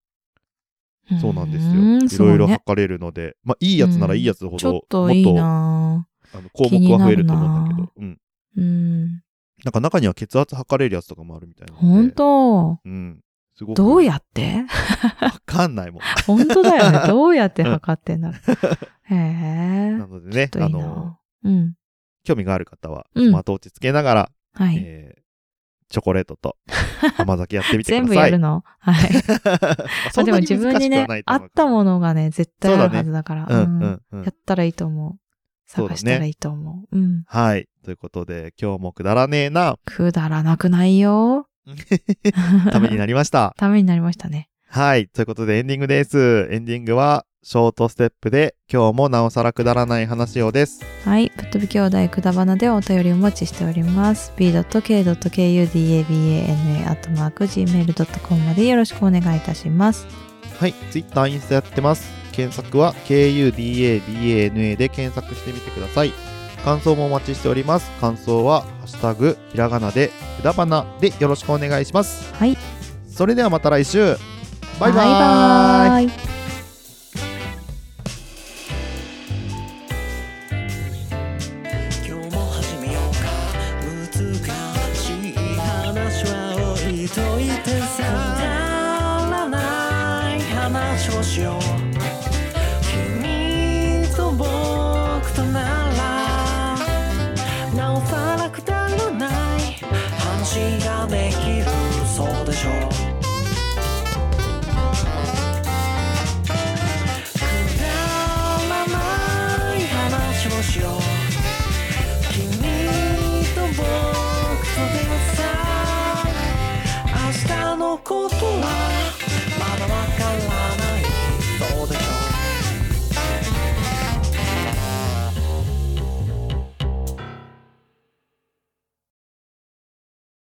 [SPEAKER 1] そうなんです
[SPEAKER 2] うー
[SPEAKER 1] よ。いろい
[SPEAKER 2] ん
[SPEAKER 1] ろ
[SPEAKER 2] そうね
[SPEAKER 1] 測れるので、まあいいやつならいいやつほ
[SPEAKER 2] ちょっ
[SPEAKER 1] ど、
[SPEAKER 2] といい
[SPEAKER 1] もっ
[SPEAKER 2] な
[SPEAKER 1] とあの項目は増えると思うんだけど。うん。
[SPEAKER 2] ぁうん。
[SPEAKER 1] なんか中には血圧測れるやつとかもあるみたいなので。
[SPEAKER 2] ほんと。
[SPEAKER 1] うん。すごく。
[SPEAKER 2] どうやって
[SPEAKER 1] わかんないもん。
[SPEAKER 2] ほんとだよね。どうやって測ってんだろ う。へえ。
[SPEAKER 1] なのでね、
[SPEAKER 2] ちょっ
[SPEAKER 1] あ
[SPEAKER 2] といい
[SPEAKER 1] の、
[SPEAKER 2] なぁうん。
[SPEAKER 1] 興味がある方は、
[SPEAKER 2] うん
[SPEAKER 1] スマートウォッチつけながら、
[SPEAKER 2] はい。
[SPEAKER 1] えーチョコレートと甘酒やってみて
[SPEAKER 2] 全
[SPEAKER 1] くだ
[SPEAKER 2] 部
[SPEAKER 1] さ
[SPEAKER 2] や
[SPEAKER 1] い。
[SPEAKER 2] るのはい。
[SPEAKER 1] そん
[SPEAKER 2] で
[SPEAKER 1] な
[SPEAKER 2] も
[SPEAKER 1] に
[SPEAKER 2] 自分
[SPEAKER 1] 難し
[SPEAKER 2] に
[SPEAKER 1] く
[SPEAKER 2] ね
[SPEAKER 1] はない、と
[SPEAKER 2] あ
[SPEAKER 1] 思う
[SPEAKER 2] っ
[SPEAKER 1] けど
[SPEAKER 2] たものがね、絶対あるはずだから。
[SPEAKER 1] うんうんうん
[SPEAKER 2] やったらいいと思う。
[SPEAKER 1] そうだね
[SPEAKER 2] 探したらいいと思う。うん。
[SPEAKER 1] はい。ということで、今日もくだらねえな、
[SPEAKER 2] くだらなくないよ。
[SPEAKER 1] ためになりました。
[SPEAKER 2] ためになりましたね。
[SPEAKER 1] はい。ということでエンディングです。エンディングは、ショートステップで、今日もなおさらくだらない話をです。
[SPEAKER 2] はい。ぶっ飛び兄弟くだばなでお便りお待ちしております。b.k.kudabana.gmail.com までよろしくお願いいたします。
[SPEAKER 1] はい。Twitter、インスタやってます。検索は、KUDABANA で検索してみてください。感想もお待ちしております。感想は、ハッシュタグ、ひらがなで、くだばなでよろしくお願いします。
[SPEAKER 2] はい。
[SPEAKER 1] それではまた来週。バイバーイ。
[SPEAKER 2] バイ
[SPEAKER 4] 今日も始めようか難しいうしよう君と僕とならなおさらくだらない話ができるそうでしょう